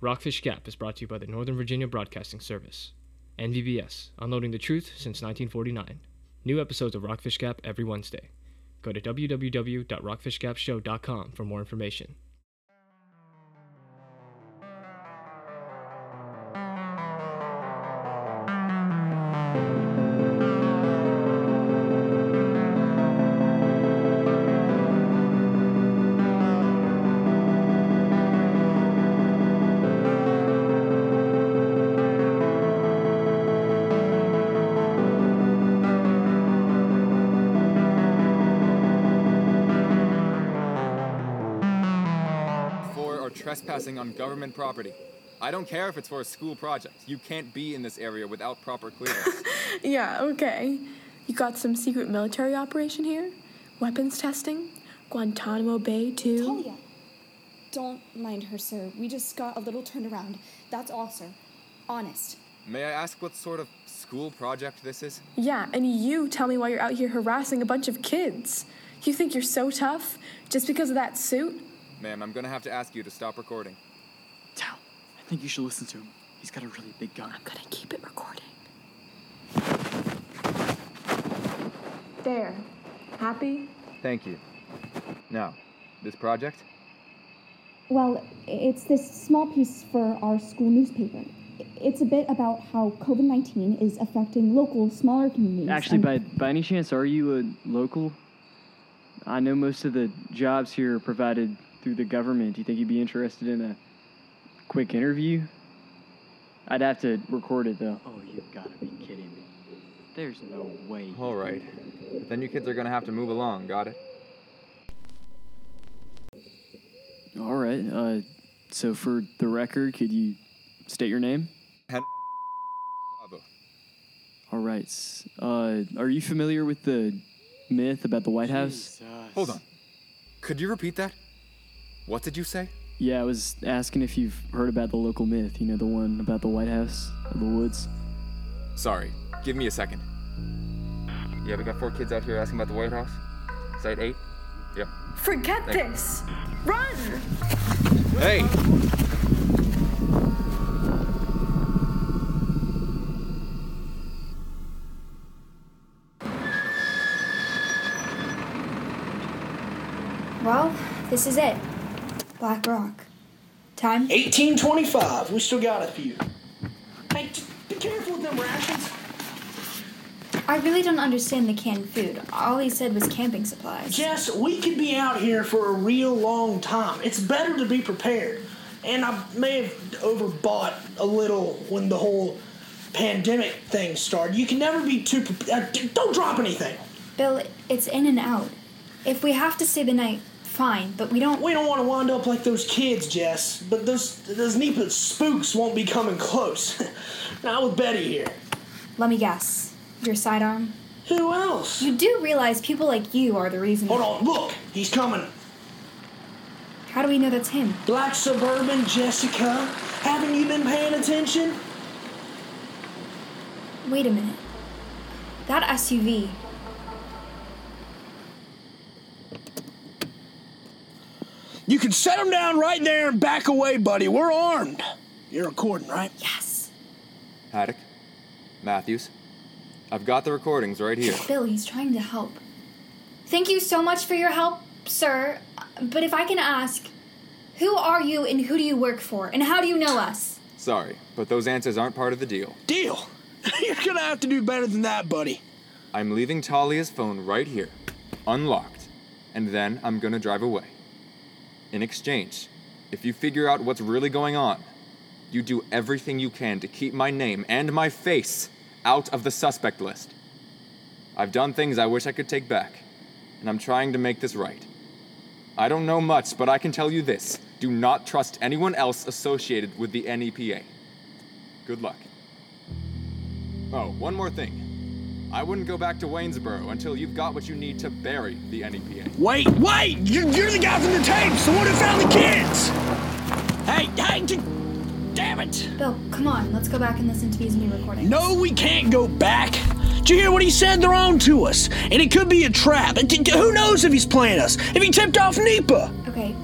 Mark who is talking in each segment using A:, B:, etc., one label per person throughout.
A: Rockfish Gap is brought to you by the Northern Virginia Broadcasting Service, NVBS, unloading the truth since 1949. New episodes of Rockfish Gap every Wednesday. Go to www.rockfishgapshow.com for more information.
B: for or trespassing on government property. I don't care if it's for a school project. You can't be in this area without proper clearance.
C: Yeah, okay. You got some secret military operation here? Weapons testing? Guantanamo Bay, too?
D: Talia, don't mind her, sir. We just got a little turned around. That's all, sir. Honest.
B: May I ask what sort of school project this is?
C: Yeah, and you tell me why you're out here harassing a bunch of kids. You think you're so tough just because of that suit?
B: Ma'am, I'm gonna have to ask you to stop recording.
E: Tal, I think you should listen to him. He's got a really big gun.
C: I'm gonna keep it recording. There. Happy?
B: Thank you. Now, this project?
D: Well, i- it's this small piece for our school newspaper. I- It's a bit about how COVID 19 is affecting local, smaller communities.
E: Actually,
D: and-
E: by, by any chance, are you a local? I know most of the jobs here are provided through the government. Do you think you'd be interested in a quick interview? I'd have to record it though. Oh, you've got to be kidding me. There's no way.
B: Alright. Then you kids are gonna have to move along, got it?
E: All right. Uh, so for the record, could you state your name?
B: Bravo.
E: All right. s- Uh, are you familiar with the myth about the White House?
B: Hold on. Could you repeat that? What did you say?
E: Yeah, I was asking if you've heard about the local myth. You know, the one about the White House of the woods.
B: Sorry, give me a second. Yeah, we got four kids out here asking about the White House. Site 8? Yep.
F: Forget this. Run!
B: Hey!
G: Well, this is it. Black Rock. Time?
H: 1825. We still got a few. Hey, just be careful with them rations.
G: I really don't understand the canned food. All he said was camping supplies.
H: Jess, we could be out here for a real long time. It's better to be prepared. And I may have overbought a little when the whole pandemic thing started. You can never be too prepared. Don't drop anything.
G: Bill, it's in and out. If we have to stay the night, fine, but we don't.
H: We don't want to wind up like those kids, Jess. But those those Nipah spooks won't be coming close. Not with Betty here.
G: Let me guess. Your sidearm?
H: Who else?
G: You do realize people like you are the reason.
H: Hold on, look, he's coming.
G: How do we know that's him?
H: Black suburban Jessica, haven't you been paying attention?
G: Wait a minute. That SUV.
H: You can set him down right there and back away, buddy. We're armed. You're recording, right?
G: Yes.
B: Haddock? Matthews? I've got the recordings right here.
G: Bill, he's trying to help. Thank you so much for your help, sir. But if I can ask, who are you and who do you work for? And how do you know us?
B: Sorry, but those answers aren't part of the deal.
H: Deal. You're gonna have to do better than that, buddy.
B: I'm leaving Talia's phone right here, unlocked, and then I'm gonna drive away. In exchange, if you figure out what's really going on, you do everything you can to keep my name and my face out of the suspect list. I've done things I wish I could take back, and I'm trying to make this right. I don't know much, but I can tell you this do not trust anyone else associated with the NEPA. Good luck. Oh, one more thing. I wouldn't go back to Waynesboro until you've got what you need to bury the E NEPA.
H: Wait, wait! You're, you're the guy from the tapes, the one who found the kids! Hey, hey, d- damn it!
G: Bill, come on, let's go back and listen to these new recordings.
H: No, we can't go back. Did you hear what he said? They're on to us, and it could be a trap. And d- who knows if he's playing us? If he tipped off Nipa?
G: Okay,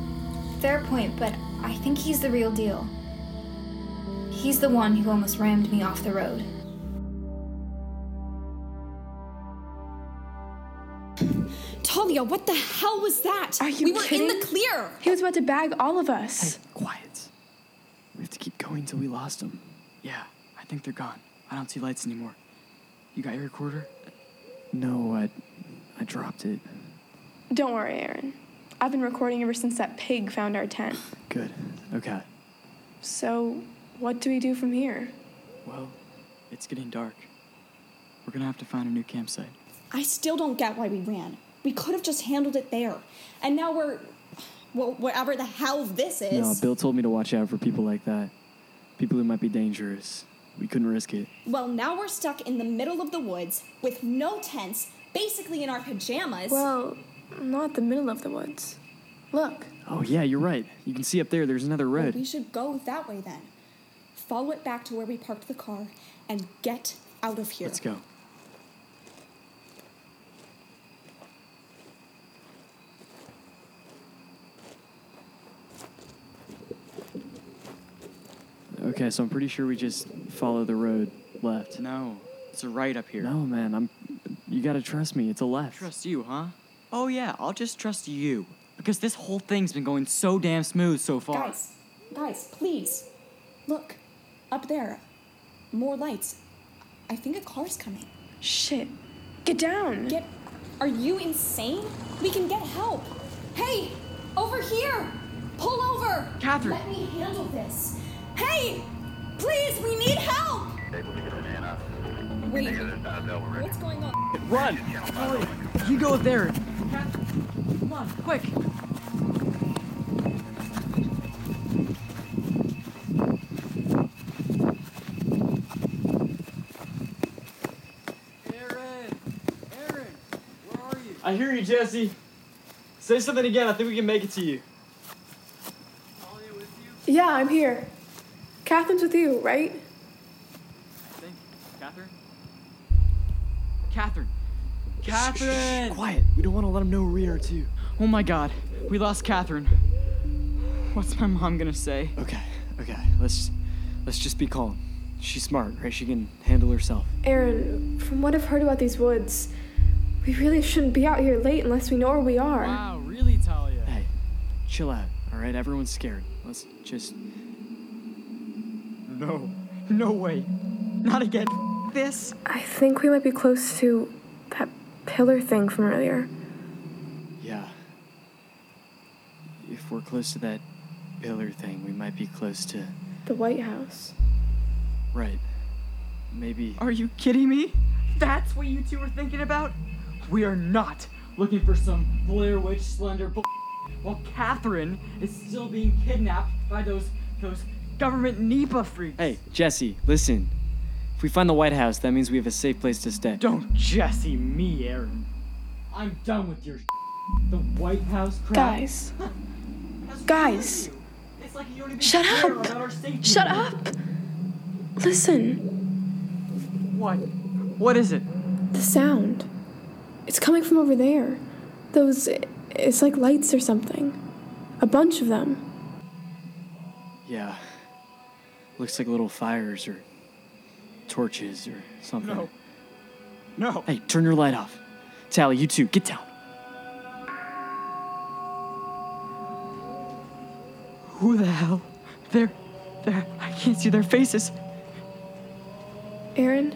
G: fair point, but I think he's the real deal. He's the one who almost rammed me off the road.
I: Talia, what the hell was that?
C: Are you
I: we were in
C: kidding?
I: the clear.
C: He was about to bag all of us.
E: Quiet. We have to keep going till we lost them. Yeah, I think they're gone. I don't see lights anymore. You got your recorder? No, I, I dropped it.
C: Don't worry, Aaron. I've been recording ever since that pig found our tent.
E: Good. Okay.
C: So, what do we do from here?
E: Well, it's getting dark. We're gonna have to find a new campsite.
I: I still don't get why we ran. We could have just handled it there. And now we're. Well, whatever the hell this is.
E: No, Bill told me to watch out for people like that. People who might be dangerous. We couldn't risk it.
I: Well, now we're stuck in the middle of the woods with no tents, basically in our pajamas.
C: Well, not the middle of the woods. Look,
E: Oh, yeah, you're right. You can see up there, there's another road.
I: we should go that way then. Follow it back to where we parked the car and get out of here.
E: Let's go. Okay, so I'm pretty sure we just follow the road left.
J: No, it's a right up here.
E: No, man, I'm. You gotta trust me. It's a left.
J: Trust you, huh? Oh yeah, I'll just trust you because this whole thing's been going so damn smooth so far.
I: Guys, guys, please. Look, up there. More lights. I think a car's coming.
C: shit. Get down.
I: Get. Are you insane? We can get help. Hey, over here! Pull over!
J: Catherine.
I: Let me handle this. Hey! Please, we need help! Wait, what's going on?
E: Run! You go there.
J: Come on, quick!
E: Aaron, Aaron, where are you? I hear you, Jesse. Say something again. I think we can make it to you.
C: Yeah, I'm here. Catherine's with you, right?
J: I think. Catherine? Catherine! Catherine!
E: Quiet. We don't want to let them know where we are too.
J: Oh my god, we lost Catherine. What's my mom gonna say?
E: Okay. Okay. Let's let's just be calm. She's smart, right? She can handle herself.
C: Aaron, from what I've heard about these woods, we really shouldn't be out here late unless we know where we are.
J: Wow, really, Talia?
E: Hey, chill out. All right. Everyone's scared. Let's just.
J: No. No way. Not again. This?
C: I think we might be close to that pillar thing from earlier.
E: Yeah. If we're close to that pillar thing, we might be close to.
C: The White House.
E: Right. Maybe.
J: Are you kidding me? That's what you two were thinking about? We are not looking for some Blair Witch Slender bull. While Catherine is still being kidnapped by those those government NEPA freaks.
E: Hey, Jesse, listen. If we find the White House, that means we have a safe place to stay.
J: don't Jesse me, Aaron. I'm done with your. The White House crap.
C: Guys,
J: That's
C: guys.
J: what you do. It's like you don't even
C: Shut
J: care
C: up.
J: about our safety.
C: shut up! Listen,
J: What? What is it?
C: the sound. It's coming from over there. Those, it's like lights or something. A bunch of them.
E: Yeah. Looks like little fires or torches or something.
J: No. No.
E: Hey, turn your light off. Tally, you too, get down.
J: Who the hell? They're. They're. I can't see their faces.
C: Aaron,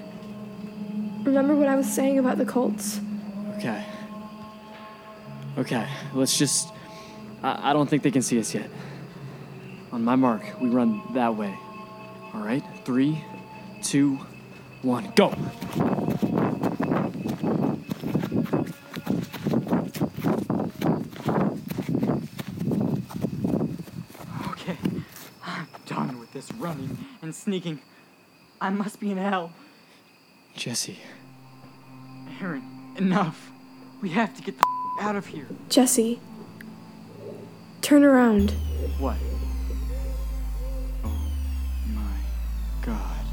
C: remember what I was saying about the Colts?
E: Okay. Okay, let's just. I, I don't think they can see us yet. On my mark, we run that way. All right? Three, two, one, go!
J: Okay, I'm done with this running and sneaking. I must be in hell.
E: Jesse,
J: Aaron, enough. We have to get the out of here.
C: Jesse, turn around.
E: What? Oh my god.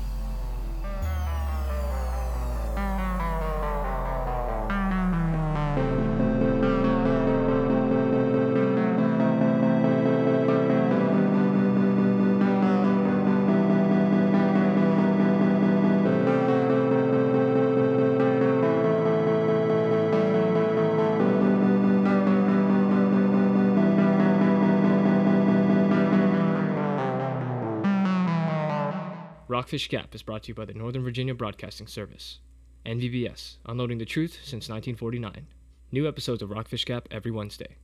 A: Rockfish Gap is brought to you by the Northern Virginia Broadcasting Service, NVBS, unloading the truth since 1949. New episodes of Rockfish Gap every Wednesday.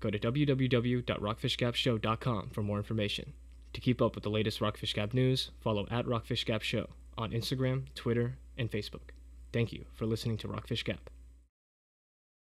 A: Go to www.rockfishgapshow.com for more information. To keep up with the latest Rockfish Gap news, follow at Rockfish Gap Show on Instagram, Twitter, and Facebook. Thank you for listening to Rockfish Gap.